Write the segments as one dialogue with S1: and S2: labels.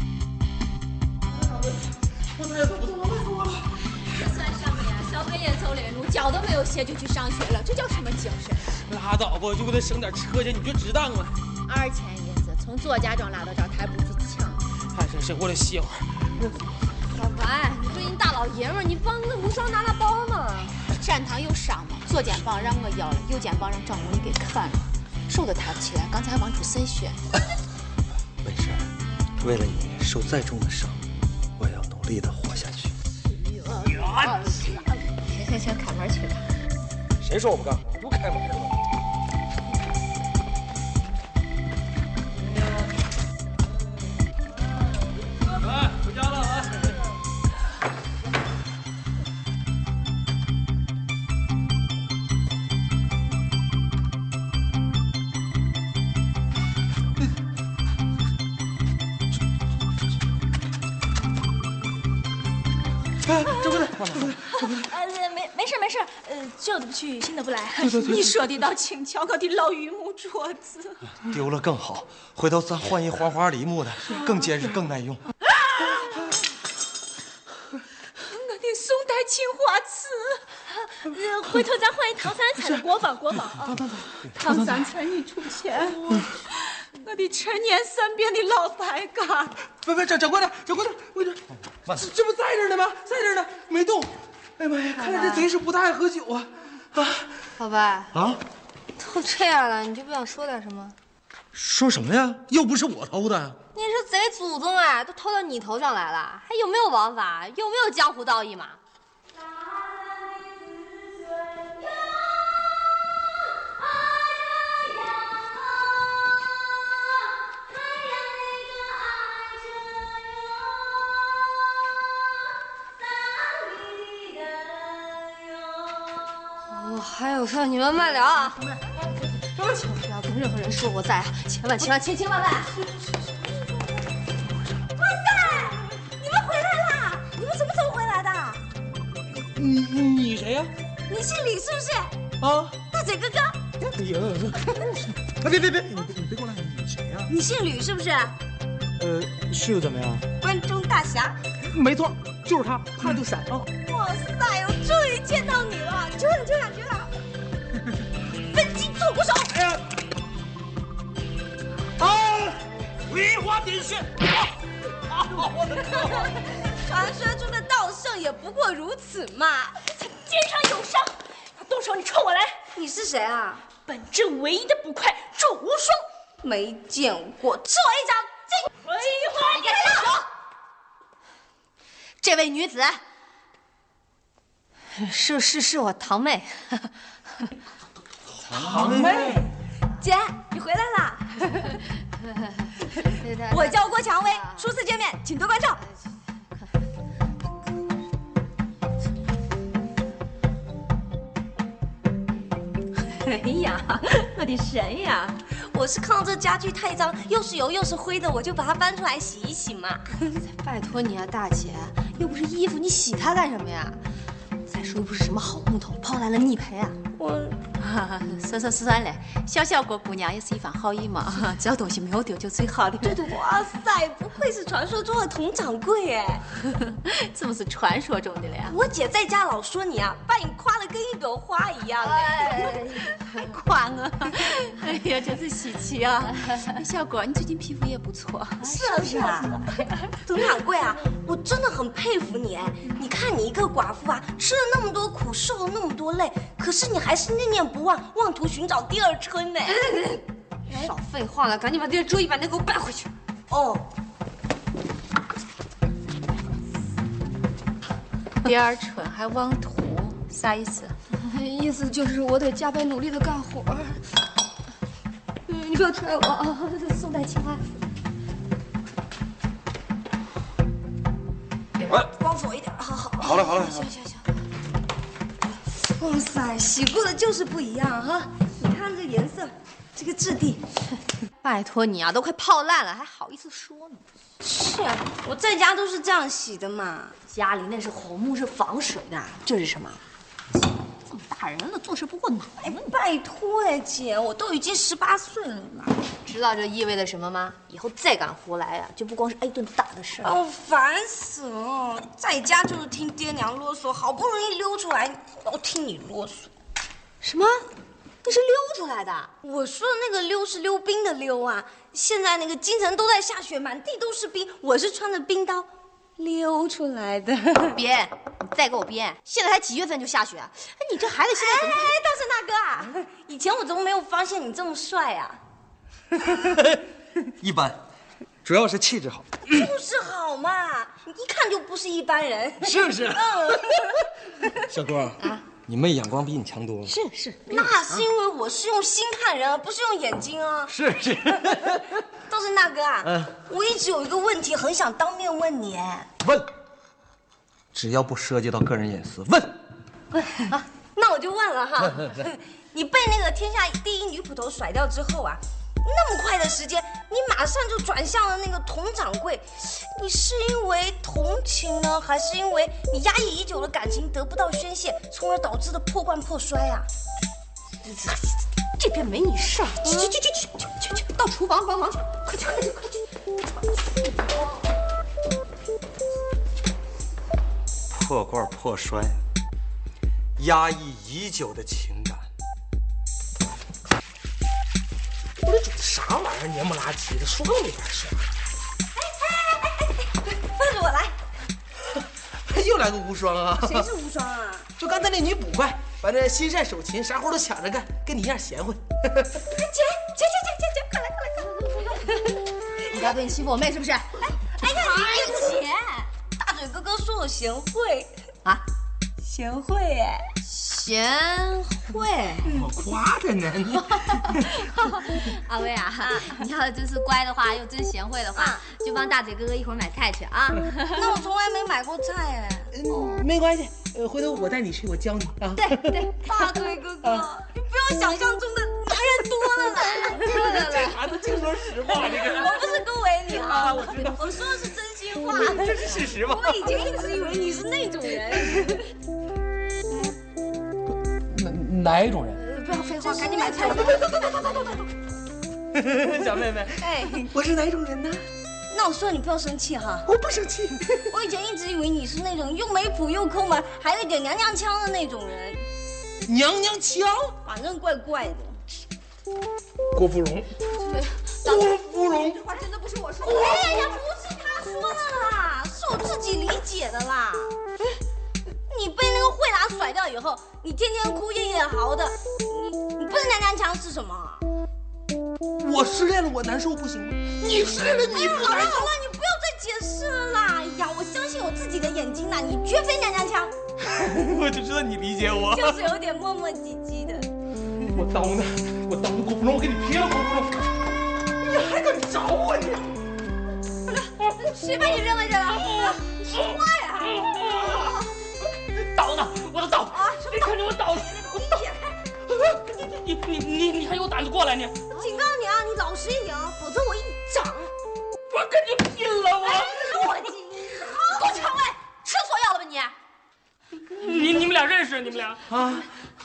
S1: 啊脚都没有歇就去上学了，这叫什么精神？啊
S2: 拉倒吧，就为了省点车钱，你就值当啊！
S1: 二钱银子从左家庄拉到这儿，他还不去抢？
S2: 哎，真是过来歇会儿。
S1: 老白，你说你大老爷们儿，你帮那无双拿拿包嘛？
S3: 善堂又上嘛，左肩膀让我要了，右肩膀让张文给砍了，手都抬不起来，刚才往出渗血。
S4: 没事儿，为了你受再重的伤，我也要努力的活下去。
S1: 行行行，开门去吧。
S4: 谁说我不干活？不开门吗？
S2: 来，回家了啊！
S3: 呃，没没事没事，呃，旧的不去，新的不来。你说的倒轻巧，我的老榆木桌子。
S4: 丢了更好，回头咱换一花花梨木的，更结实，更耐用。
S3: 我给宋代青花瓷，呃，回头咱换一唐三彩的国宝，国宝啊！唐三彩，你出钱，我的陈年三变的老白干，
S2: 别别，掌掌柜的，掌柜的，我这
S4: 慢
S2: 这这不在这儿呢吗？在这儿呢，没动。哎呀妈呀，看来这贼是不太爱喝酒啊！啊，
S5: 老白，
S4: 啊，
S5: 都这样了，你就不想说点什么？
S4: 说什么呀？又不是我偷的。
S5: 你是贼祖宗啊，都偷到你头上来了，还有没有王法？有没有江湖道义嘛？哦，还有事儿你们慢聊啊！
S3: 哎
S5: 千万不要跟任何人说我在啊，千万千万千千万万！
S6: 你们回来啦！你们什么时候回来的？
S2: 你你谁呀？
S6: 你姓李是不是？
S2: 啊，
S6: 大嘴哥哥，
S2: 哎呀，哎别别别，你别你别过来，你谁呀？
S6: 你姓吕是不是？
S2: 呃，是又怎么样？
S6: 关中大侠。
S2: 没错，就是他，怕就闪啊！
S6: 哇塞，我终于见到你了！求你求你求你！ 分金做鼓手，
S2: 哎呀，啊，葵花点穴。啊，我的靠！
S6: 传说中的道圣也不过如此嘛。
S3: 肩上有伤，动手你冲我来，
S6: 你是谁啊？
S3: 本镇唯一的捕快祝无双，
S6: 没见过，吃我一掌！这
S3: 葵花点穴。
S5: 这位女子，是是是我堂妹，
S2: 堂妹，
S6: 姐，你回来啦！ 我叫郭蔷薇，初次见面，请多关照。
S3: 哎呀， 我的神呀！
S6: 我是看到这家具太脏，又是油又是灰的，我就把它搬出来洗一洗嘛。
S5: 拜托你啊，大姐，又不是衣服，你洗它干什么呀？再说又不 是什么好木头，抛来了你赔啊！
S3: 算算算嘞，小小郭姑娘也是一番好意嘛， 只要东西没有丢就最好的。 对对
S6: 哇塞，不愧是传说中的佟掌柜哎！
S3: 对，这么是传说中的了呀？
S6: 我姐在家老说你啊，把你夸得跟一朵花一样哎。
S3: 夸我！ 哎呀，真是稀奇啊！小郭，你最近皮肤也不错。
S6: 是啊是 啊，佟掌柜啊，我真的很佩服你哎！你看你一个寡妇啊，吃了那么多苦，受了那么多累，可是你还是念念不忘，妄图寻找第二春呢。
S5: 少废话了，赶紧把这个桌椅板凳给我搬回去。
S6: 哦，
S3: 第二春还妄图，啥意思？
S7: 哎
S5: 意思就是我得加倍努力的干活。你不要踹我啊！宋代青花瓷，
S6: 光左一点，好好。
S4: 好嘞，好嘞，
S6: 哇塞，洗过的就是不一样哈！你看这颜色，这个质地。
S5: 拜托你啊，都快泡烂了，还好意思说呢？
S6: 是啊，我在家都是这样洗的嘛。
S5: 家里那是红木，是防水的，这是什么？这么大
S8: 怕人了，做事不过脑子呢。
S6: 拜托呀，姐，我都已经十八岁了呢，
S7: 知道这意味着什么吗？以后再敢胡来
S3: 啊
S7: 呀、就不光是挨顿打的事儿。
S6: 哦，烦死了！在家就是听爹娘啰嗦，好不容易溜出来，都听你啰嗦。
S7: 什么？那是溜出来的？
S6: 我说的那个溜是溜冰的溜啊，现在那个京城都在下雪，满地都是冰，我是穿着冰刀溜出来的。
S7: 编！你再给我编！现在才几月份就下
S3: 啊
S7: 雪？哎，你 这孩子现在怎么？
S6: 哎，大圣大哥啊，以前我怎么没有发现你这么帅 啊？
S9: 一般，主要是气质好，
S6: 就是好嘛，你一看就不是一般人。嗯
S9: 是不是？小郭啊，你妹眼光比你强多了，
S8: 是是，
S6: 那是因为我是用心看人，而不是用眼睛啊。
S9: 是是。
S6: 道圣大哥啊，
S9: 嗯
S6: 我一直有一个问题很想当面问你，哎
S9: 问，只要不涉及到个人隐私，问。
S6: 啊那我就问了哈
S9: 问问。
S6: 你被那个天下第一女捕头甩掉之后啊，那么快的时间，你马上就转向了那个佟掌柜，你是因为同情呢，还是因为你压抑已久的感情得不到宣泄，从而导致的破罐破摔啊？
S7: 这边没你事儿，
S6: 嗯
S7: 去去去去去去去去，到厨房帮忙去，快去快去快去！
S9: 破罐破摔，压抑已久的情感。我这煮的啥玩意儿，黏不拉几的，说没法说。
S6: 放着我来，哎
S2: 哎又来个无双啊！
S6: 谁是无双啊？
S2: 就刚才那女捕快，完了心善手勤，啥活都抢着干，跟你一样贤惠。
S6: 姐姐姐姐姐姐，快来快来快来！
S7: 你该不会欺负我妹是不是？
S6: 哎呀，你姐，大嘴哥哥说我贤惠，
S7: 啊，
S6: 贤惠哎，
S7: 贤惠，
S6: 嗯
S2: 我夸着呢，你
S6: 哦
S7: 阿威啊，你要真是乖的话，又真贤惠的话，就帮大嘴哥哥一会儿买菜去 啊。
S6: 那我从来没买过菜哎。
S2: 嗯没关系，呃，回头我带你去，我教你啊。
S7: 对对，
S6: 大嘴哥哥，嗯你不要想象中的男人多了啦，
S2: 这孩子净说实话，这个
S6: 我不是恭维你啊，
S2: 我知道
S6: 我说的是真心话。
S2: 这是事实吧？
S6: 我以前一直以为你是那种人，
S9: 哪哪一种人？
S7: 不要废话，赶紧买菜。
S2: 小妹妹，
S6: 哎，
S2: 我是哪种人呢？
S6: 那我说你不要生气哈。
S2: 我不生气。
S6: 我以前一直以为你是那种又没谱又抠门，还有一点娘娘腔的那种人，
S2: 娘娘腔，
S6: 反正怪怪的。
S2: 郭芙蓉，郭芙蓉，
S7: 话真的不是我说
S6: 哎呀，不是他说的啦，是我自己理解的啦。你被那个惠达甩掉以后，你天天哭夜夜嚎的，你你不是娘娘腔是什么啊？
S2: 我失恋了，我难受不行吗？你失恋了，你不
S6: 好了
S2: 难
S6: 好
S2: 受？
S6: 了，你不要再解释了啦！哎呀，我相信我自己的眼睛啦，你绝非娘娘腔，
S2: 我就知道你理解我。
S6: 就是有点磨磨唧唧的。
S2: 我刀呢？我刀呢？郭芙蓉，我给你劈了，郭芙蓉！你还敢找我你？
S6: 谁把你扔回去了？坏啊！
S10: 倒呢，我的倒，谁看着我倒？
S6: 你解开！
S10: 你你你你还有胆子过来呢？
S6: 警告你啊，你老实一点啊，否则我一掌。
S10: 我跟你拼了！我
S6: 我好，
S7: 郭长卫吃错药了吧你？
S10: 你你们俩认识？你们俩？
S2: 啊，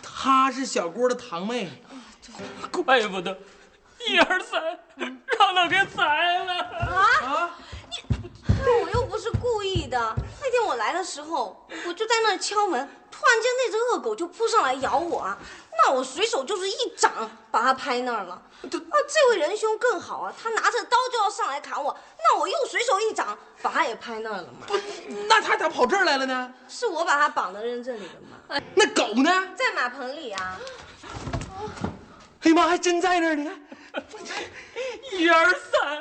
S2: 她是小郭的堂妹。
S10: 怪不得，一而三，让他给宰了。
S6: 我又不是故意的。那天我来的时候，我就在那儿敲门，突然间那只恶狗就扑上来咬我啊！那我随手就是一掌把它拍那儿了。啊，这位仁兄更好啊，他拿着刀就要上来砍我，那我又随手一掌把他也拍那儿了嘛。
S2: 不，那她咋跑这儿来了呢？
S6: 是我把他绑在扔这里的嘛，
S2: 那狗呢？
S6: 在马棚里啊。
S2: 哎呀妈，还真在那儿！你看，
S10: 一而三，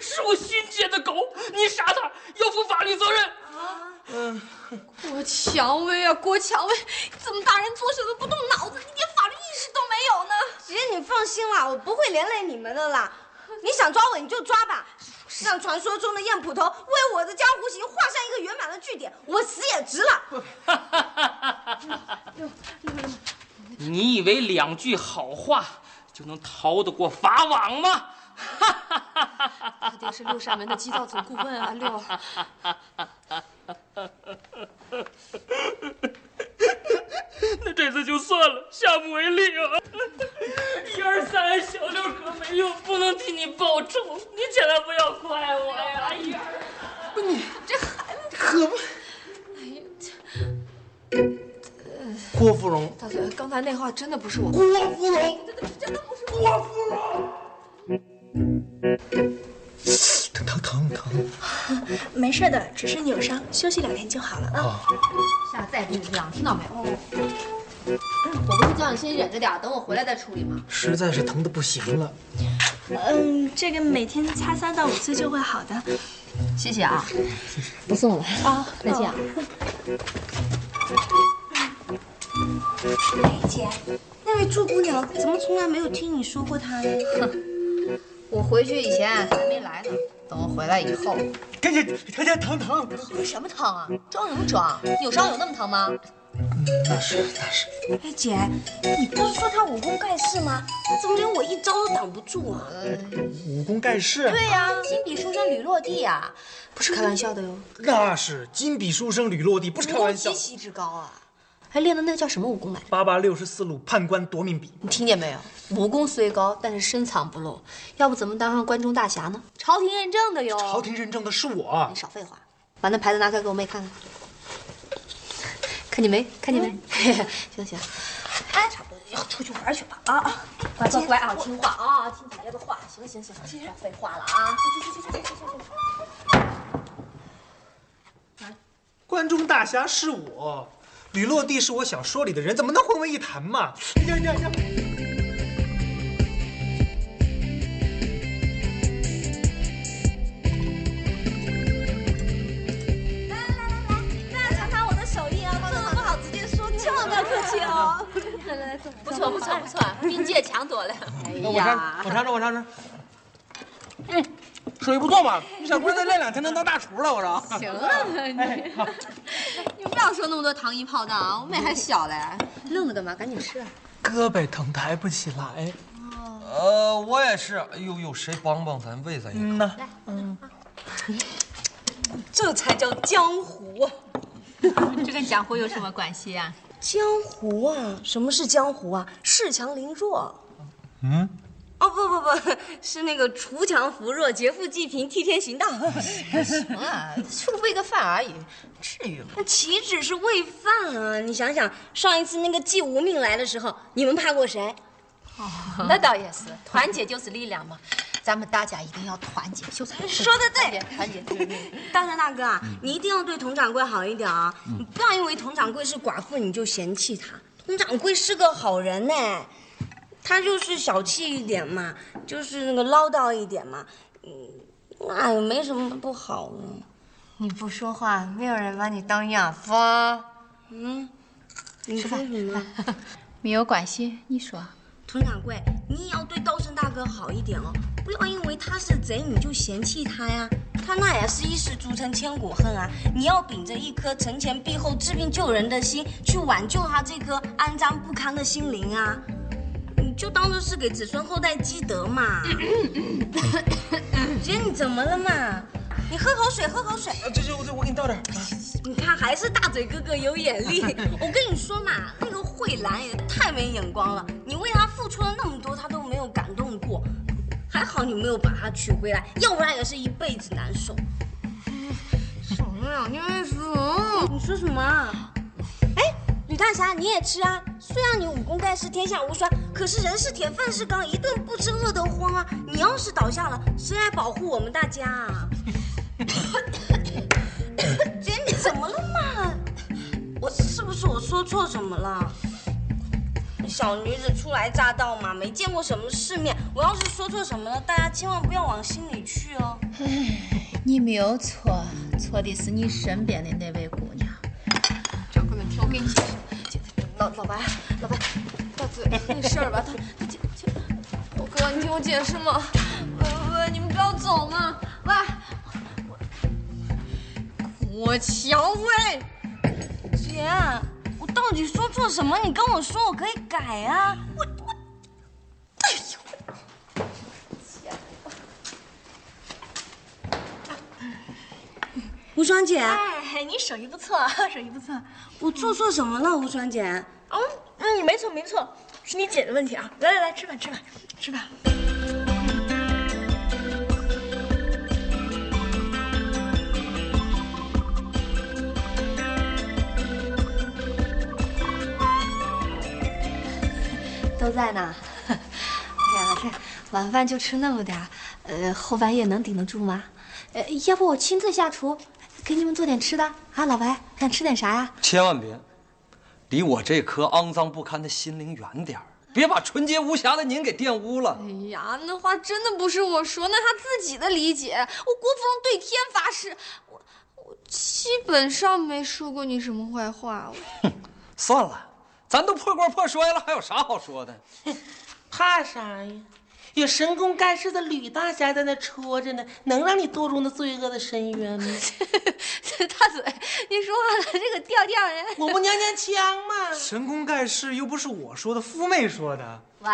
S10: 是我新接的狗，你杀它要负法律责任。
S7: 郭蔷薇啊，郭蔷薇，你怎么大人做事都不动脑子，一点法律意识都没有呢？
S6: 姐，你放心啦，我不会连累你们的啦。你想抓我你就抓吧，让传说中的燕捕头为我的江湖行画上一个圆满的句点，我死也值了。
S10: 你以为两句好话就能逃得过法网吗？
S7: 他定是六扇门的鸡道总顾问啊，六儿。
S10: 那这次就算下不为例啊！ 一二三，小六哥没用，不能替你报仇，你千万不要怪我呀！一二。
S11: 可不，郭芙蓉，
S12: 大嘴，刚才那话真的不是我。
S11: 郭芙蓉，郭芙蓉，
S2: 疼疼疼疼！
S6: 没事的，只是扭伤，休息两天就好了啊。
S12: 下次再不许这样，听到没有？我不是叫你先忍着点，等我回来再处理吗？
S2: 实在是疼的不行了。
S6: 嗯，这个每天擦三到五次就会好的。
S12: 谢谢啊，不送了啊，再见啊。
S6: 嗯梅哦哎姐，那位祝姑娘怎么从来没有听你说过她呢？
S12: 我回去以前还没来呢，等我回来以后。
S2: 赶紧，赶紧疼疼！
S12: 什么疼啊？装什么装？有伤有那么疼吗？
S2: 那是那是，
S6: 哎，姐，你不是说她武功盖世吗？怎么连我一招都挡不住啊？
S2: 武功盖世，啊
S6: 哎
S12: 对呀、金笔书生吕落地呀、不是开玩笑的哟。
S2: 那是金笔书生吕落地，不是开玩笑
S12: 武功极。其之高啊，还练的那个叫什么武功来着？
S2: 八八六十四路判官夺命笔，
S12: 你听见没有？武功虽高，但是深藏不露，要不怎么当上关中大侠呢？朝廷认证的哟。
S2: 朝廷认证的是我
S12: 你。少废话，把那牌子拿出来给我妹看看。看见没？看见没？ 行行，
S6: 哎，差不多要出去玩去吧啊啊！
S12: 乖乖乖啊，听话啊，听姐姐的话。行行行，少废话了啊。
S2: 关中大侠是我，吕落地是我小说里的人，怎么能混为一谈嘛？呀呀呀！
S6: 大家尝尝我的手艺啊，做的不好直接说，千万不要客气哦。来来来，坐。
S12: 不错不错不错，比你姐强多了。哎
S11: 我尝，我尝尝，我尝尝。
S2: 哎
S11: 嗯，手艺不错嘛，你小姑娘再练两天能当大厨了，我说。
S12: 行了你，
S2: 哎
S12: 你不要说那么多糖衣炮弹啊！我妹还小 嘞，愣着干嘛？赶紧吃啊！
S2: 胳膊疼抬不起来。
S13: 呃，我也是。哎呦呦，谁帮帮咱，喂咱一口。
S2: 嗯呐，
S6: 这才叫江湖啊！
S12: 这跟江湖有什么关系啊？
S6: 江湖啊？什么是江湖啊？恃强凌弱。
S13: 嗯，
S6: 哦不不不， 是那个锄强扶弱、劫富济贫、替 天行道。
S12: 行啊，就是喂个饭而已，至于吗？
S6: 那岂止是喂饭啊！你想想，上一次那个季无命来的时候，你们怕过谁？
S3: 那倒也是，团结就是力量嘛。咱们大家一定要团结，秀才
S6: 说得对，
S3: 团结就是力量。
S6: 大山大哥啊，你一定要对佟掌柜好一点啊！你不要因为佟掌柜是寡妇你就嫌弃他。佟掌柜是个好人呢，他就是小气一点嘛，就是那个唠叨一点嘛，嗯，那也没什么不好呢。
S12: 你不说话，没有人把你当哑巴。
S6: 你说什么？
S3: 没有关系，你说。
S6: 佟掌柜，你也要对道生大哥好一点哦，不要因为他是贼你就嫌弃他呀。他那也是一时铸成千古恨啊！你要秉着一颗承前避后、治病救人的心，去挽救他这颗肮脏不堪的心灵啊！你就当做是给子孙后代积德嘛。 姐，你怎么了嘛？你喝口水，喝口水。
S11: 啊这这我这我给你倒点。
S6: 你看，还是大嘴哥哥有眼 力。我跟你说嘛，那个慧兰也太没眼光了。你为她付出了那么多，她都没有感动过。还好你没有把她娶回来，要不然也是一辈子难受。什么呀？你为什么？你说什么啊？哎，吕大侠，你也吃啊！虽然你武功盖世，天下无双，可是人是铁，饭是钢，一顿不吃饿得慌啊！你要是倒下了，谁来保护我们大家啊？姐，你怎么了嘛？我是不是我说错什么了？小女子初来乍到嘛，没见过什么世面。我要是说错什么了，大家千万不要往心里去哦。
S3: 你没有错，错的是你身边的那位姑娘。
S5: 掌柜们，听我跟你解释，
S12: 老老白，老白，
S5: 大嘴那事儿吧，他他姐姐，我哥，你听我解释嘛。喂喂喂，你们不要走嘛！喂，我我乔
S14: 哎
S5: 喂，
S6: 姐，
S14: 啊
S6: 我到底说错什么？你跟我说，我可以改啊。我我，哎呦！吴双姐，
S3: 哎，你手艺不错，手艺不错。
S6: 我做错什么了？吴双姐，
S8: 嗯嗯，没错没错，是你姐的问题啊！来来来，吃饭吃饭吃饭。
S14: 都在呢。哎呀，这晚饭就吃那么点儿，呃，后半夜能顶得住吗？呃，要不我亲自下厨，给你们做点吃的啊？老白，想吃点啥呀？
S13: 千万别，离我这颗肮脏不堪的心灵远点儿，别把纯洁无瑕的您给玷污了。
S2: 嗯
S7: 哎呀，那话真的不是我说，那他自己的理解。我郭芙蓉对天发誓，我我基本上没说过你什么坏话。
S13: 算了，咱都破罐破摔了，还有啥好说的？
S15: 怕啥呀？有神功盖世的吕大侠在那戳着呢，能让你堕入那罪恶的深渊吗？
S7: 大嘴，你说话的这个调调哎。
S15: 我不娘娘腔吗？
S9: 神功盖世又不是我说的，夫妹说的。
S7: 喂喂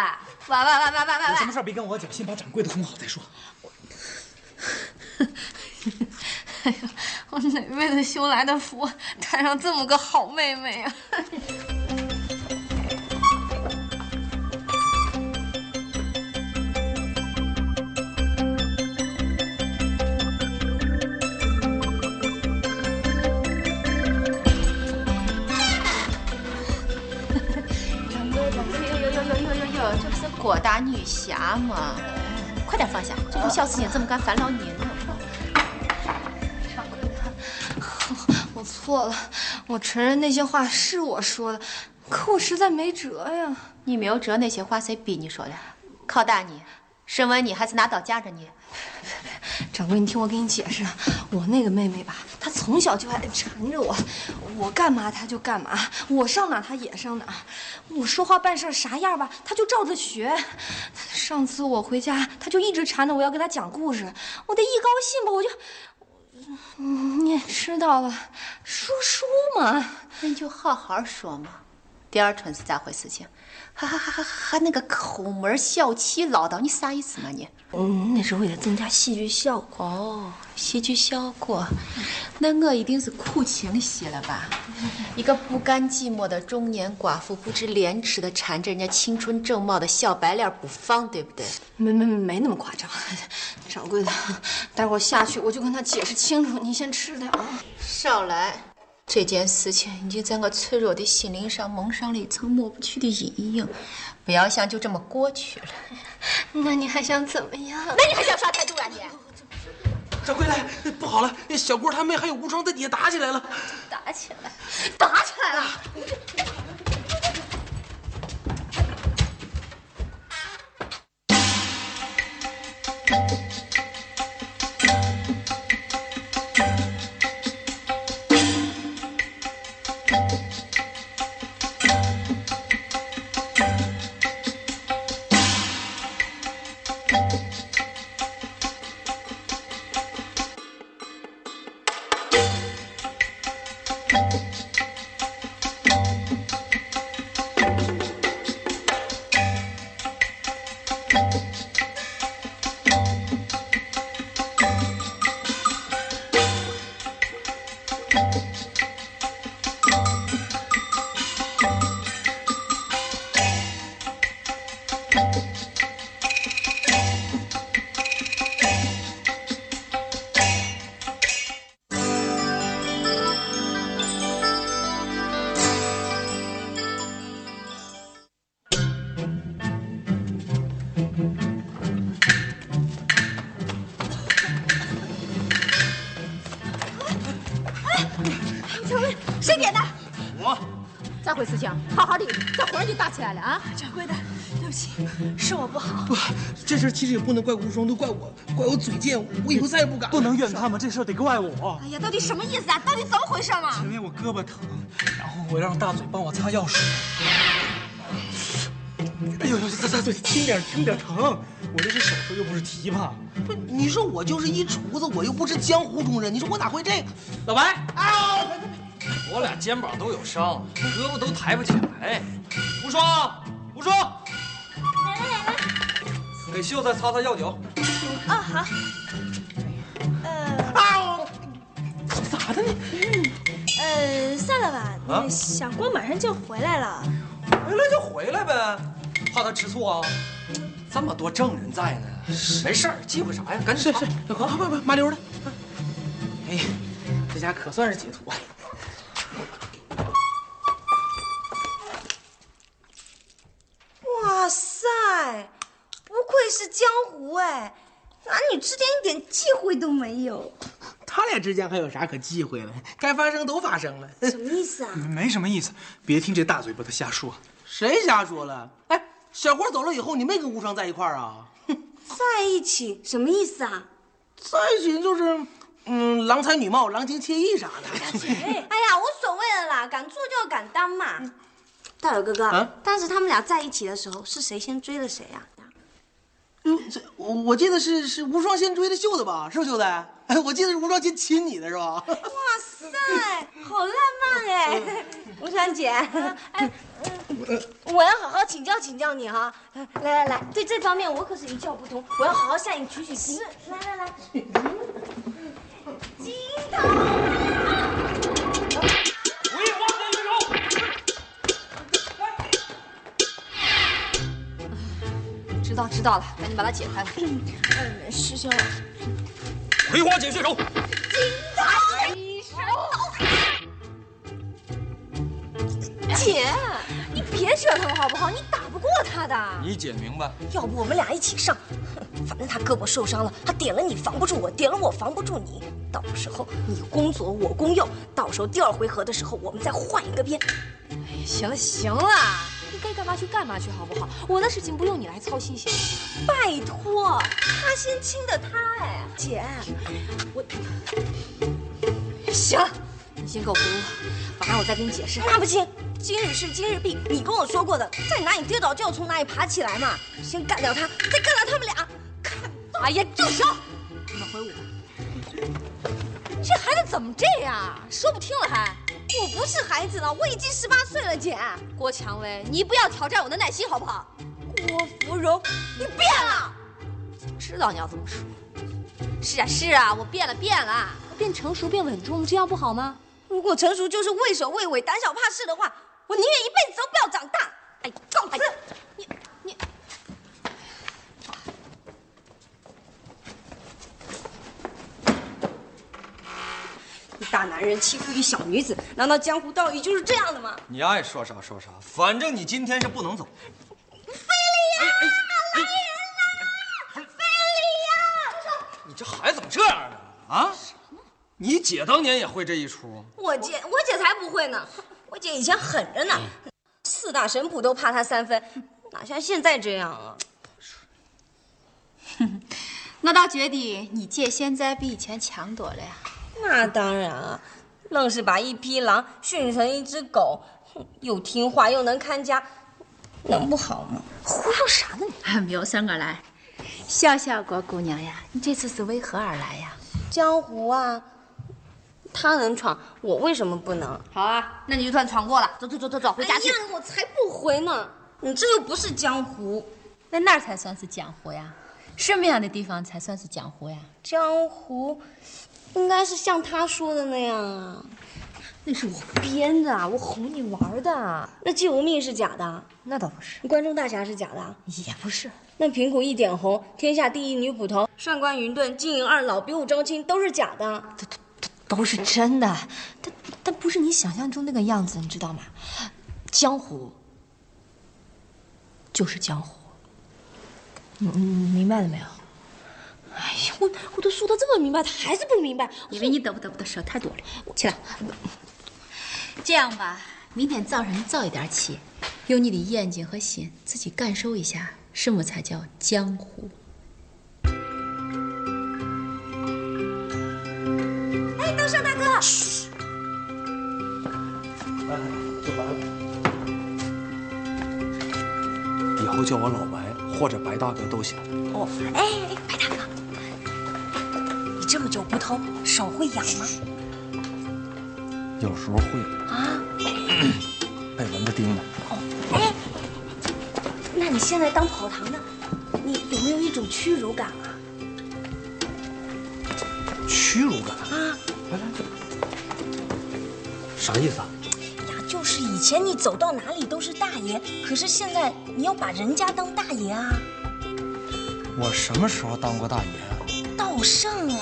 S7: 喂喂喂喂
S9: 有什
S7: 喂
S9: 么事儿别跟我讲，先把掌柜的哄好再说。
S7: 喂！哎呀， 我哪辈子修来的福，摊上这么个好妹妹啊！
S3: 呦呦呦呦呦呦呦，这不是果大女侠吗？快点放下，这种小事情怎么敢烦劳您呢？
S7: 我错了，我承认那些话是我说的，可我实在没辙呀。
S3: 你没有辙，那些话谁逼你说的？拷打你，审问你，还是拿刀架着你？
S7: 掌柜，你听我给你解释，啊我那个妹妹吧，她从小就爱缠着我，我干嘛她就干嘛，我上哪她也上哪，我说话办事啥样吧，她就照着学。上次我回家，她就一直缠着我要给她讲故事，我这一高兴吧，我就，嗯你也知道了，说书嘛。
S3: 那你就好好说嘛。第二春是咋回事情？还还还还还那个抠门小气唠叨，你啥意思嘛你？
S14: 嗯，那时候也增加戏剧效果。
S3: 哦，戏剧效果，那我一定是苦情戏了吧？一个不甘寂寞的中年寡妇，不知廉耻的缠着人家青春正茂的小白脸不放，对不对？
S7: 没没没没那么夸张，掌柜的，待会儿下去我就跟她解释清楚，您先吃点啊。
S3: 少来！这件事情已经在我脆弱的心灵上蒙上了一层抹不去的阴影，不要想就这么过去了。
S7: 那你还想怎么样？
S3: 那你还想啥态度啊你？
S2: 掌柜的，不好了，那小郭他妹还有无双在底下打起来了。
S7: 打起来，打起来了！
S3: 谁点的？我。咋回事情？好好的，咋忽然就打起来了啊？
S8: 掌柜的，对不起，是我不好。
S2: 不，啊这事儿其实也不能怪无双，都怪我，怪我嘴贱，我以后再也不敢了。
S9: 不能怨他们，这事儿得怪我。
S7: 哎呀，到底什么意思啊？到底怎么回事嘛？
S9: 前面我胳膊疼，然后我让大嘴帮我擦药水。哎呦，大大嘴，轻点，轻点，疼！我这是手术，又不是琵琶。
S2: 不，你说我就是一厨子，我又不是江湖中人，你说我哪会这个？老白，啊，
S13: 我俩肩膀都有伤，胳膊都抬不起来。无双，无双，来了来了，给秀才擦擦药酒。
S8: 呃，算了吧，
S13: 啊
S7: 呃
S8: 那小郭马上就回来了，
S2: 回来就回来呗，
S13: 怕他吃醋啊？这么多证人在呢，没事儿，忌讳啥呀？赶紧
S2: 是是，快快快，麻溜的。哎，这家可算是解脱了。
S6: 哇塞，不愧是江湖哎，男女之间一点忌讳都没有，
S2: 他俩之间还有啥可忌讳的？ 该发生都发生了，
S6: 什么意思啊？
S9: 没什么意思，别听这大嘴巴他瞎说。
S2: 谁瞎说了？哎，小郭走了以后，你没跟无双在一块儿啊？
S6: 在一起什么意思啊？
S2: 在一起就是，嗯，郎才女貌，郎情妾意啥的。
S6: 哎呀，无所谓了啦，敢做就要敢当嘛。大友哥哥，
S2: 啊
S6: 当时他们俩在一起的时候，是谁先追的谁呀、
S2: 嗯，这我我记得是是无双先追的秀子吧？是不是秀子？ 哎，我记得是无双先亲你的是吧？
S6: 哇塞，好浪漫哎！吴珊姐，哎，我要好好请教请教你哈。来来来，对这方面我可是一窍不通，我要好好向你取取经。来来来，金头，
S10: 回王家于柔。
S7: 知道知道了，赶紧把它解开吧。
S6: 嗯，师兄，
S13: 葵花解穴手，
S7: 姐，
S6: 哎你别折腾好不好？你打不过他的。
S13: 你姐明白。
S6: 要不我们俩一起上？哼反正他胳膊受伤了，他点了你防不住我，点了我防不住你。到时候你攻左，我攻右，到时候第二回合的时候，我们再换一个边。
S7: 行了行了，你该干嘛去干嘛去，好不好？我的事情不用你来操心，行吗？
S6: 拜托，他先亲的他哎，姐，我
S7: 行，你先给我回屋，晚上我再给你解释。
S6: 那哎不行，今日事今日毕，你跟我说过的，在哪里跌倒就要从哪里爬起来嘛。先干掉他，再干掉他们俩，看
S7: 哎呀，住手！你们回屋吧。这孩子怎么这样？
S6: 啊
S7: 说不听了还。
S6: 我不是孩子了，我已经十八岁了，姐。
S7: 郭蔷薇，你不要挑战我的耐心好不好？
S6: 郭芙蓉，你变了，
S7: 知道你要这么说。是啊是啊，我变了变了，我变成熟变稳重，这样不好吗？
S6: 如果成熟就是畏首畏尾、胆小怕事的话，我宁愿一辈子都不要长大。哎，告辞。你大男人欺负一小女子，难道江湖道义就是这样的吗？
S13: 你爱说啥说啥，反正你今天是不能走。哎你这孩子怎么这样呢？啊？你姐当年也会这一出，
S6: 我姐，我姐才不会呢。我姐以前狠着呢，四大神捕都怕她三分，哪像现在这样啊？
S3: 那倒觉得你姐现在比以前强多了呀。
S6: 那当然啊，愣是把一匹狼训成一只狗，哼又听话又能看家，能不好吗？
S3: 胡说啥呢
S16: 哎
S3: 你？没有三个来，笑笑郭姑娘呀，你这次是为何而来呀？
S6: 江湖啊，他能闯，我为什么不能？
S7: 好啊，那你就算闯过了。走走走走走，回家
S6: 哎
S7: 去。
S6: 呀，我才不回呢！你这又不是江湖，
S3: 那那儿才算是江湖呀？什么样的地方才算是江湖呀？
S6: 江湖应该是像他说的那样啊。
S7: 那是我编的，啊我哄你玩的。啊
S6: 那季无命是假的，
S7: 那倒不是，
S6: 关中大侠是假的，啊
S7: 也不是。
S6: 那贫苦一点红，天下第一女捕头，上官云顿、金银二老、比武招亲都是假的。啊
S7: 都是真的，但但不是你想象中那个样子，你知道吗？江湖就是江湖，你你明白了没有？哎呀，我我都说的这么明白，他还是不明白。
S3: 因为你得不得不得说太多了，起来。这样吧，明天早上你早一点起，用你的眼睛和心自己感受一下，什么才叫江湖。
S6: 哎，道上大哥，
S13: 以后叫我老白或者白大哥都行。
S6: 哎，哎白大哥，你这么久不偷，手会痒吗？
S13: 有时候会
S6: 啊，
S13: 被蚊子叮的。
S6: 哎，那你现在当跑堂的，你有没有一种屈辱感啊？
S13: 屈辱感
S6: 啊，
S13: 啥意思啊？
S6: 呀，
S7: 就是以前你走到哪里都是大爷，可是现在你要把人家当大爷啊！
S13: 我什么时候当过大爷啊？
S7: 道圣哎，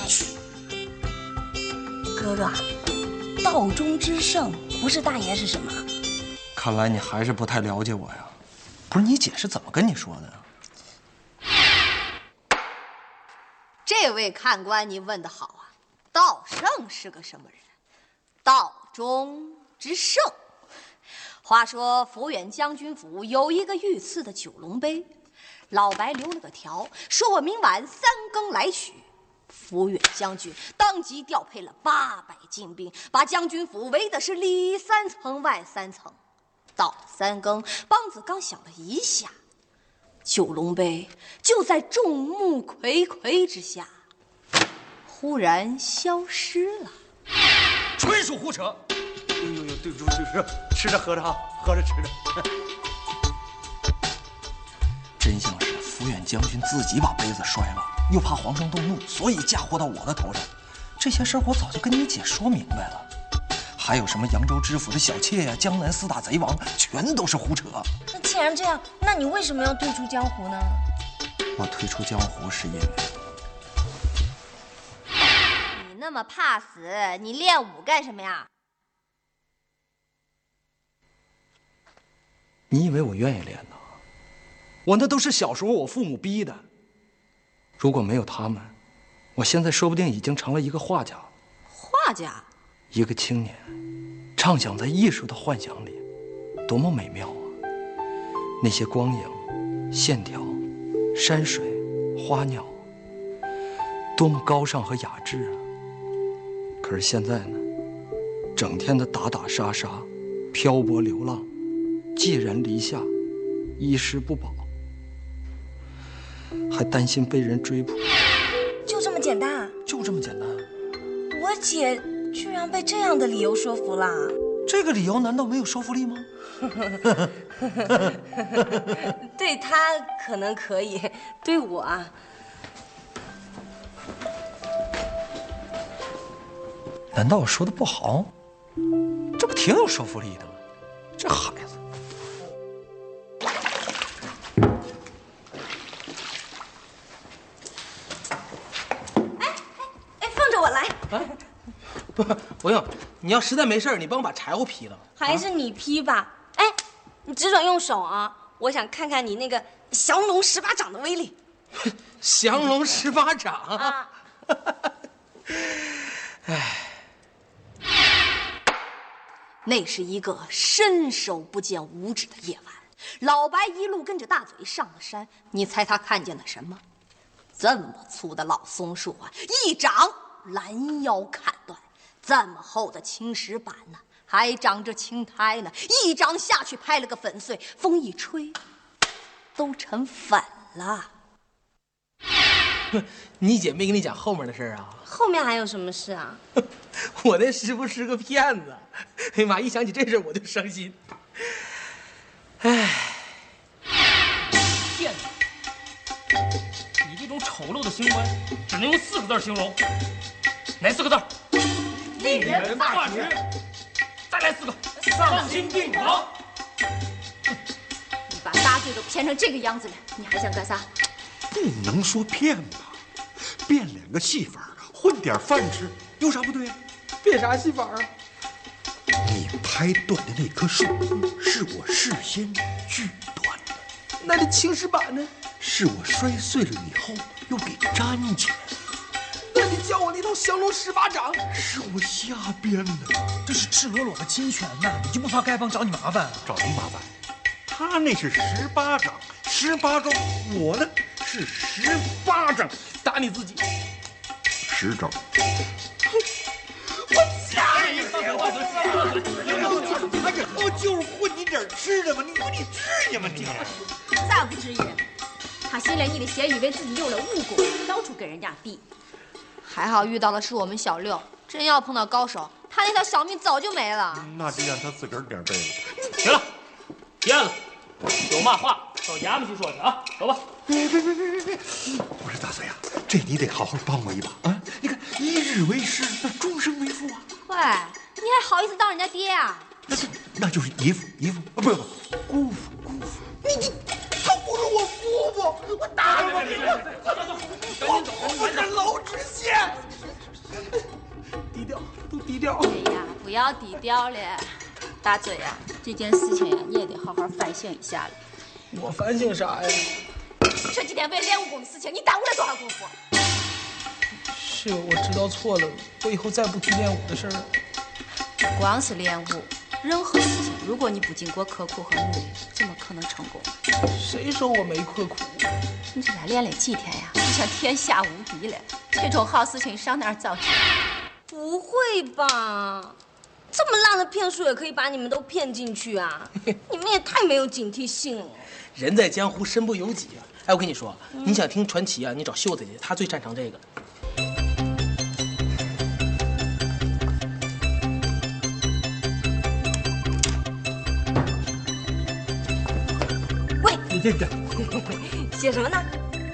S7: 哥哥啊，道中之圣不是大爷是什么？
S13: 看来你还是不太了解我呀。不是你姐是怎么跟你说的呀？
S6: 这位看官，您问的好啊！道圣是个什么人？道中之圣。话说抚远将军府有一个御赐的九龙杯，老白留了个条，说我明晚三更来取。抚远将军当即调配了八百精兵，把将军府围的是里三层外三层。到三更，梆子刚响了一下，九龙杯就在众目睽睽之下，忽然消失了。
S13: 纯属胡扯！
S17: 呦呦呦，对不住，对不住，吃着喝着啊，喝着吃着。
S13: 真相是抚远将军自己把杯子摔了，又怕皇上动怒，所以嫁祸到我的头上。这些事儿我早就跟你姐说明白了。还有什么扬州知府的小妾呀、江南四大贼王，全都是胡扯。
S7: 那既然这样，那你为什么要退出江湖呢？
S13: 我退出江湖是因为
S6: 你那么怕死，你练武干什么呀？
S13: 你以为我愿意练呢？我那都是小时候我父母逼的。如果没有他们，我现在说不定已经成了一个画家，
S6: 画家。
S13: 一个青年，畅想在艺术的幻想里，多么美妙啊！那些光影、线条、山水、花鸟，多么高尚和雅致啊！可是现在呢，整天的打打杀杀，漂泊流浪，寄人篱下，衣食不保，还担心被人追捕，
S7: 就这么简单啊？
S13: 就这么简单。
S7: 我姐居然被这样的理由说服了。啊
S13: 这个理由难道没有说服力吗？
S7: 对她可能可以， 对我啊，
S13: 难道我说的不好？这不挺有说服力的吗？这孩子，
S7: 哎，放着我来，
S18: 不不用，你要实在没事儿你帮我把柴火劈了。
S7: 还是你劈吧。哎，你只准用手啊，我想看看你那个降龙十八掌的威力。
S18: 降龙十八掌，
S7: 啊，
S6: 那是一个伸手不见五指的夜晚，老白一路跟着大嘴上了山。你猜他看见了什么？这么粗的老松树啊，一掌拦腰砍断；这么厚的青石板呢、还长着青苔呢，一掌下去拍了个粉碎，风一吹，都成粉了。
S18: 你姐没跟你讲后面的事儿啊？
S7: 后面还有什么事啊？
S18: 我那师傅是个骗子，哎呀妈！一想起这事儿我就伤心。哎，
S10: 骗子！你这种丑陋的行为，只能用四个字儿形容，哪四个字儿？
S5: 令人发指！
S10: 再来四个，
S5: 丧心病狂！
S3: 嗯
S19: 你把大队都骗成这个样子了，你还想干啥？
S9: 不能说骗吧，变两个戏法，混点饭吃，有啥不对啊？
S18: 变啥戏法啊？
S9: 你拍断的那棵树，是我事先锯断的，
S18: 那这青石板呢？
S9: 是我摔碎了以后又给粘起来的，
S18: 那你教我那套降龙十八掌，
S9: 是我瞎编的。
S17: 这是赤裸裸的侵权呐、你就不怕丐帮找你麻烦、啊？
S9: 找什么麻烦？他那是十八掌，十八招；我呢是十巴掌，
S18: 打你自己。
S9: 十招。
S18: 吓一跳！
S9: 不就是混你点吃的吗？你说你至于吗你？
S5: 再不至于，他心里一里邪，以为自己有了武功，到处给人家比。
S6: 还好遇到的是我们小六，真要碰到高手，他那条小命早就没了。
S9: 那就让他自个儿点背吧。
S10: 行了，别按了，有嘛话到衙门去说去啊！走吧。
S9: 别别别别别别！我说大嘴啊，这你得好好帮我一把啊！你看，一日为师，终生为父啊！
S6: 喂，你还好意思当人家爹啊？
S13: 那就是姨父，姨父啊，不不，姑父，姑父。
S20: 你这，
S13: 他不是我姑父，我打死你！我我是娄知县。低调，都低调。
S3: 哎呀，不要低调了，大嘴呀、啊，这件事情呀、啊，你也得好好反省一下了。
S21: 我反省啥呀？
S3: 这几天为练武功的事情，你耽误了多少功夫？
S21: 是我知道错了，我以后再不提练武的事儿了。
S3: 不光是练武，任何事情，如果你不经过刻苦和努力，怎么可能成功？
S21: 谁说我没刻苦？
S3: 你这才练了几天呀，就想天下无敌了？这种好事情上哪儿找去？
S22: 不会吧？这么烂的骗术也可以把你们都骗进去啊！你们也太没有警惕性了。
S21: 人在江湖身不由己啊！哎，我跟你说，你想听传奇啊，你找秀才去，他最擅长这个。
S22: 喂，
S9: 你这这
S22: 写什么呢？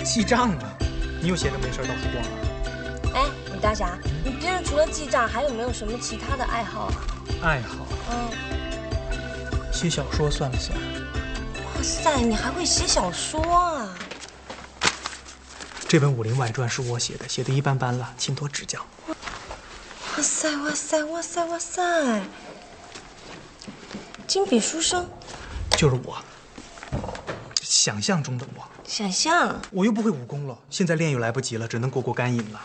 S9: 记账啊！你又闲着没事到处逛了。
S22: 哎，李大侠，你平时除了记账，还有没有什么其他的爱好啊？
S9: 爱好？嗯，写小说算不算？
S22: 哇塞，你还会写小说啊！
S9: 这本《武林外传》是我写的，写的一般般了，请多指教。
S22: 哇塞哇塞哇塞哇塞！金笔书生，
S9: 就是我，想象中的我。
S22: 想象？
S9: 我又不会武功了，现在练又来不及了，只能过过干瘾了。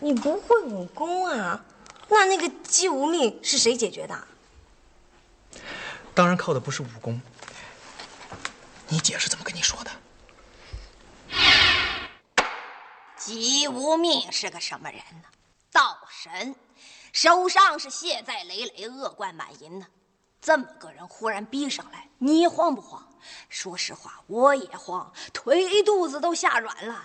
S22: 你不会武功啊？那那个姬无命是谁解决的？
S9: 当然靠的不是武功。你姐是怎么跟你说的？
S6: 姬无命是个什么人呢？道神，手上是血债累累，恶贯满盈呢。这么个人忽然逼上来，你慌不慌？说实话，我也慌，腿肚子都吓软了。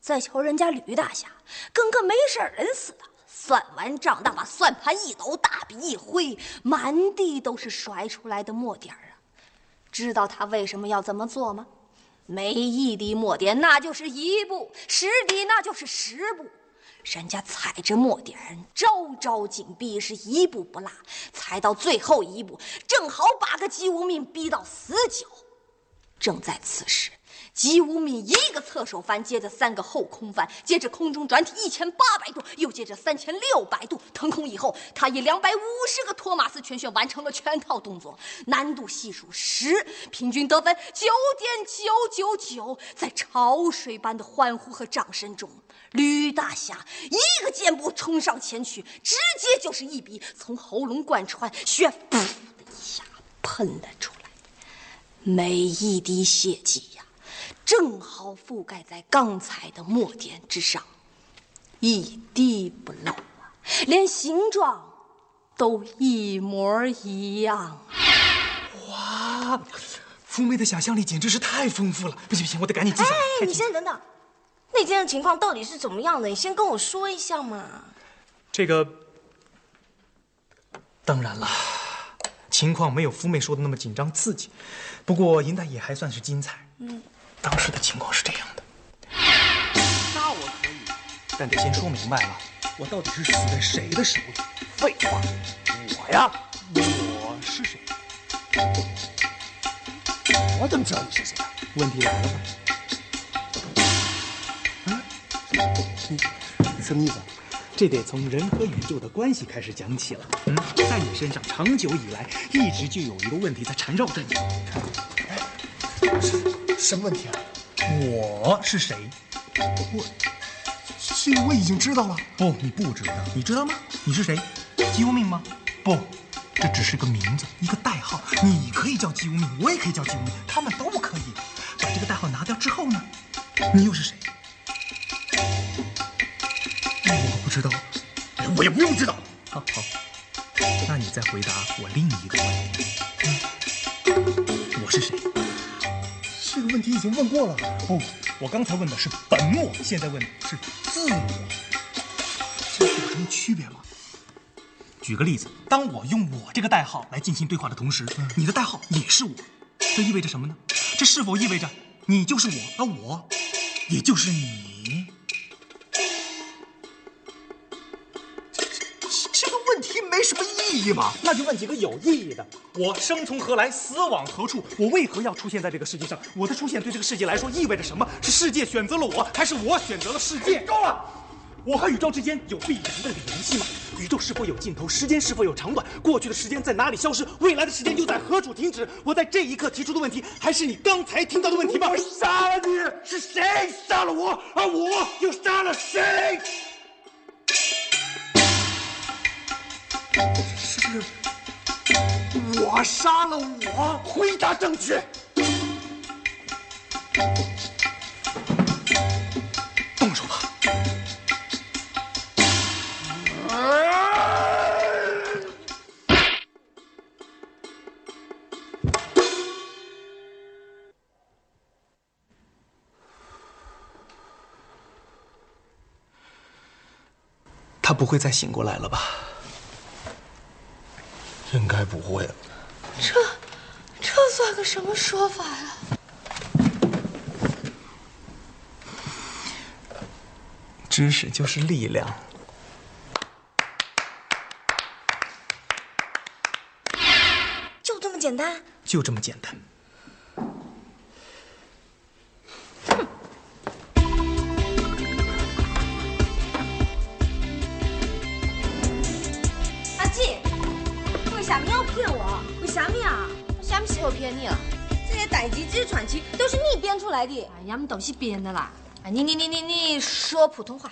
S6: 再瞧人家吕大侠，跟个没事人似的。算完账，那把算盘一抖，大笔一挥，满地都是甩出来的墨点儿啊！知道他为什么要这么做吗？没一滴墨点，那就是一步；十滴，那就是十步。人家踩着墨点，招招紧逼，是一步不落，踩到最后一步，正好把个姬无命逼到死角。正在此时，姬无命一个侧手翻，接着三个后空翻，接着空中转体一千八百度，又接着三千六百度腾空以后，他以两百五十个托马斯拳旋完成了全套动作，难度系数十，平均得分九点九九九。在潮水般的欢呼和掌声中，吕大侠一个箭步冲上前去，直接就是一笔，从喉咙贯穿，血噗的一下喷了出来。每一滴血迹呀、啊，正好覆盖在刚才的墨点之上，一滴不漏啊，连形状都一模一样。啊
S9: 哇，福妹的想象力简直是太丰富了！不行不行，我得赶紧记下来。
S22: 哎，你先等等，那天的情况到底是怎么样的？你先跟我说一下嘛。
S9: 这个，当然了。情况没有夫妹说的那么紧张刺激，不过赢得也还算是精彩。嗯，当时的情况是这样的，
S21: 那我可以，
S9: 但得先说明白了，我到底是死在谁的手里？
S21: 废话，我呀，
S9: 我是谁？
S21: 我怎么知道你是谁？
S9: 问题来了吧？
S13: 嗯，你你什么意思？
S9: 这得从人和宇宙的关系开始讲起了。嗯，在你身上长久以来一直就有一个问题在缠绕着你。
S13: 什么问题啊？
S9: 我是谁？
S13: 我这个我已经知道了。
S9: 不，你不知道。你知道吗？你是谁？姬无命吗？不，这只是个名字，一个代号。你可以叫姬无命，我也可以叫姬无命，他们都可以。把这个代号拿掉之后呢，你又是谁？
S13: 我不知道，
S9: 哎
S13: 我也不用知道。
S9: 好，好，那你再回答我另一个问题。嗯、我是谁？
S13: 这个问题已经问过了。
S9: 不，我刚才问的是本我，现在问的是自我，
S13: 这有什么区别吗？
S9: 举个例子，当我用我这个代号来进行对话的同时，嗯、你的代号也是我，这意味着什么呢？这是否意味着你就是我，而我也就是你？
S13: 没什么意
S9: 意义吗？那就问几个有意义的。我生从何来，死往何处？我为何要出现在这个世界上？我的出现对这个世界来说意味着什么？是世界选择了我，还是我选择了世界？
S23: 哎够了！
S9: 我和宇宙之间有必然的联系吗？宇宙是否有尽头？时间是否有长短？过去的时间在哪里消失？未来的时间又在何处停止？我在这一刻提出的问题，还是你刚才听到的问题吗？
S23: 我杀了你！是谁杀了我？而我又杀了谁？是我杀了我！回答正确。
S9: 动手吧！他不会再醒过来了吧？
S23: 应该不会了。
S8: 这，这算个什么说法呀？
S9: 知识就是力量。
S6: 就这么简单？
S9: 就这么简单。
S6: 阿静，为啥么要骗我？为啥么呀？
S5: 啥么时候骗你了？啊
S6: 这些代志、这些传奇都是你编出来的。
S5: 哎呀，们都是编的啦！哎，你你你你你说普通话。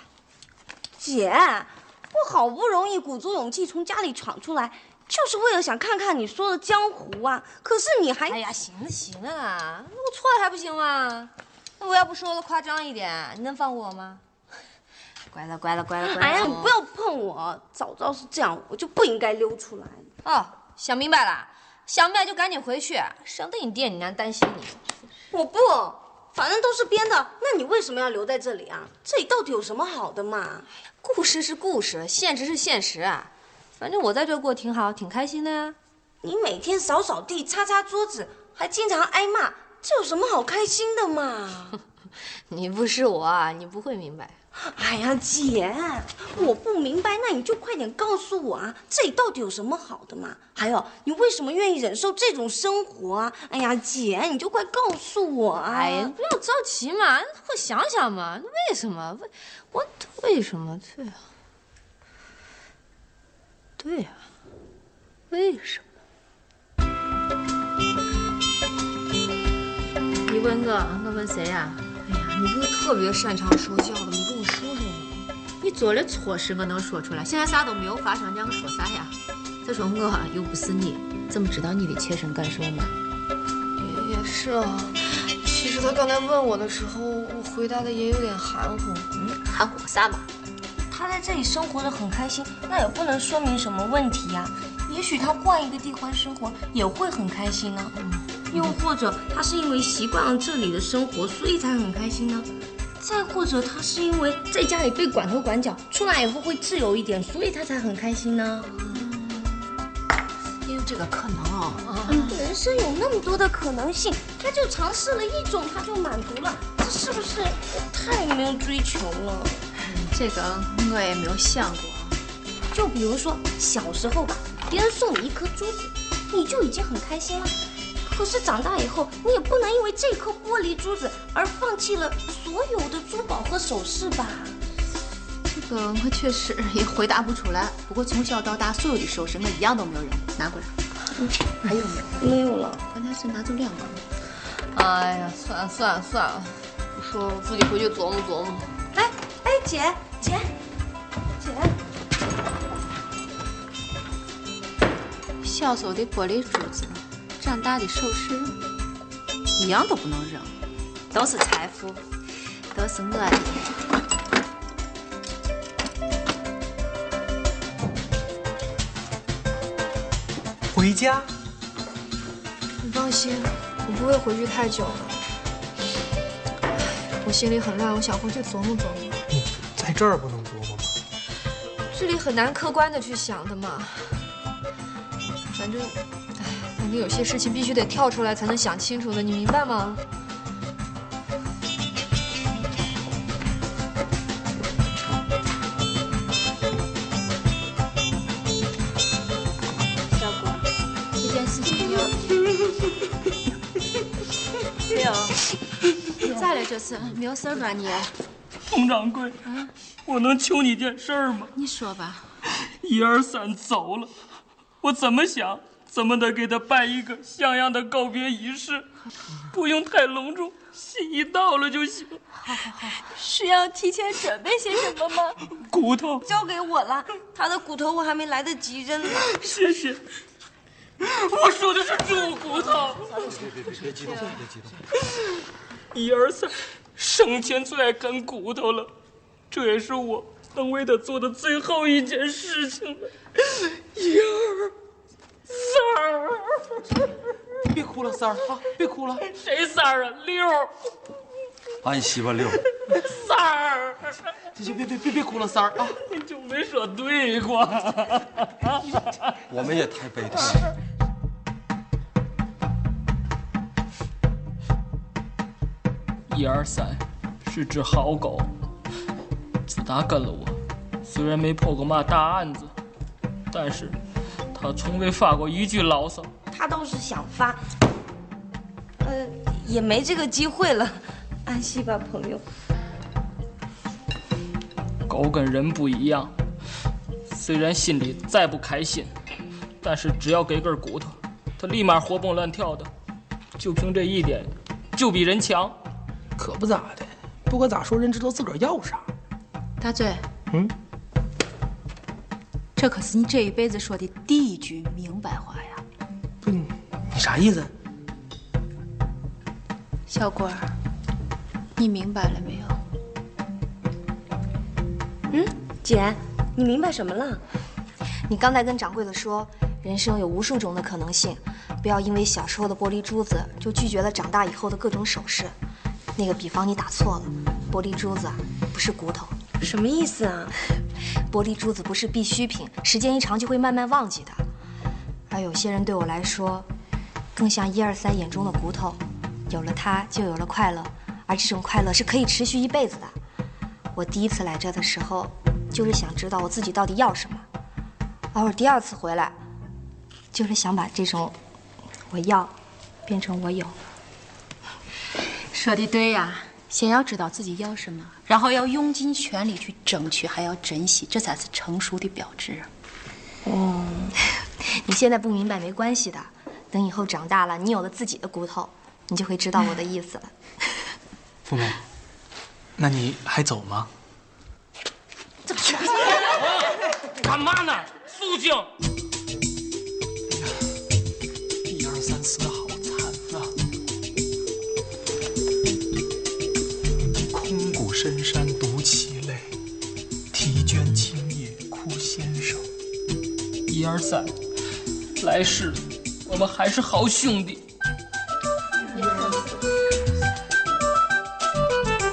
S6: 姐，我好不容易鼓足勇气从家里闯出来，就是为了想看看你说的江湖啊。可是你还……
S5: 哎呀，行了行了啦，啊那我错了还不行吗？那我要不说的夸张一点，你能放过我吗？乖了乖了乖了乖了！
S6: 哎呀，你不要碰我！早知道是这样，我就不应该溜出来。
S5: 哦，想明白了，想明白就赶紧回去，省得你爹你娘担心你。
S6: 我不，反正都是编的，那你为什么要留在这里啊？这里到底有什么好的嘛？
S5: 故事是故事，现实是现实啊。反正我在这儿过挺好，挺开心的呀。
S6: 你每天扫扫地、擦擦桌子，还经常挨骂，这有什么好开心的嘛？
S5: 你不是我，啊你不会明白。
S6: 哎呀，姐，我不明白，那你就快点告诉我啊，这里到底有什么好的嘛？还有，你为什么愿意忍受这种生活啊？哎呀，姐，你就快告诉我啊！
S5: 哎呀，不要着急嘛，我想想嘛，为什么？为我为什么？对啊，对呀、啊，为什么？
S16: 李文哥，我问谁呀、啊？
S5: 你不是特别擅长说教的，你跟我说说嘛？
S16: 你做的错事我能说出来，现在啥都没有发生，让我说啥呀？再说我又不是你，怎么知道你的切身感受嘛？
S7: 也也是啊，其实他刚才问我的时候，我回答的也有点含糊。
S16: 嗯，含糊啥嘛？
S6: 他在这里生活的很开心，那也不能说明什么问题呀、啊。也许他换一个地方生活也会很开心呢、啊。嗯。又或者他是因为习惯了这里的生活，所以才很开心呢；再或者他是因为在家里被管头管脚，出来以后会自由一点，所以他才很开心呢。
S16: 也有啊这个可能
S6: 啊
S16: 哦。
S6: 嗯人生有那么多的可能性，他就尝试了一种，他就满足了，这是不是太没有追求了？
S16: 这个我也没有想过。
S6: 就比如说小时候吧，别人送你一颗珠子，你就已经很开心了。可是长大以后，你也不能因为这颗玻璃珠子而放弃了所有的珠宝和首饰吧？
S16: 这个我确实也回答不出来。不过从小到大，所有的首饰我一样都没有扔过，拿过来。嗯、还有
S6: 没有？没有了。
S16: 刚才是拿走两个。
S5: 哎呀，算了算了算了，我说我自己回去琢磨琢磨。
S6: 哎哎，姐姐姐，
S16: 小时候的玻璃珠子。长大的首饰一样都不能扔，都是财富，都是我
S9: 的。回家，
S7: 你放心，我不会回去太久的。我心里很乱，我想回去琢磨琢磨。
S9: 你在这儿不能琢磨吗？
S7: 这里很难客观的去想的嘛，反正。感觉有些事情必须得跳出来才能想清楚的，你明白吗？
S3: 在了这次，没有事儿吧你？哦
S10: 佟掌柜，我能求你件事儿吗？
S3: 嗯你说吧。
S10: 一二三，走了，我怎么想怎么得给他办一个像样的告别仪式，
S3: 嗯
S10: 不用太隆重，心意到了就行。
S24: 好好好，需要提前准备些什么吗？
S10: 骨头
S6: 交给我了，他的骨头我还没来得及扔呢。
S10: 谢谢。我说的是猪骨头。
S9: 别别别激动，别激动。
S10: 一二三，生前最爱啃骨头了，这也是我能为他做的最后一件事情了。一二三，
S25: 别哭了，三儿啊，别哭了。
S10: 谁三儿啊？六
S13: 俺媳妇六。
S10: 三儿，
S25: 别别别别别哭了，三儿啊！
S10: 你就没说对过。
S13: 我们也太悲痛了。
S10: 一二三，是只好狗。自打跟了我，虽然没破过嘛大案子，但是它从未发过一句牢骚。
S6: 他倒是想发，呃，也没这个机会了，安息吧，朋友。
S10: 狗跟人不一样，虽然心里再不开心，但是只要给根骨头，它立马活蹦乱跳的。就凭这一点，就比人强。
S25: 可不咋的，不管咋说，人知道自个儿要啥。
S3: 大嘴，
S25: 嗯，
S3: 这可是你这一辈子说的第一句明白话呀！
S25: 不，你啥意思？
S3: 小郭儿，你明白了没有？
S6: 嗯，姐，你明白什么了？
S7: 你刚才跟掌柜的说，人生有无数种的可能性，不要因为小时候的玻璃珠子就拒绝了长大以后的各种首饰。那个比方你打错了，玻璃珠子啊不是骨头，
S6: 什么意思啊？
S7: 玻璃珠子不是必需品，时间一长就会慢慢忘记的。而有些人对我来说，更像一二三眼中的骨头，有了它就有了快乐，而这种快乐是可以持续一辈子的。我第一次来这的时候，就是想知道我自己到底要什么，而我第二次回来，就是想把这种我要变成我有。
S3: 说的对呀、先要知道自己要什么，然后要用尽全力去争取，还要珍惜，这才是成熟的啊标志。
S7: 哦，你现在不明白没关系的，等以后长大了，你有了自己的骨头，你就会知道我的意思了。
S9: 父母，那你还走吗？
S10: 干嘛呢？肃静！
S9: 一二三四，好惨啊！空谷深山独其泪，啼鹃青叶哭先生。
S10: 一二三，来世我们还是好兄弟。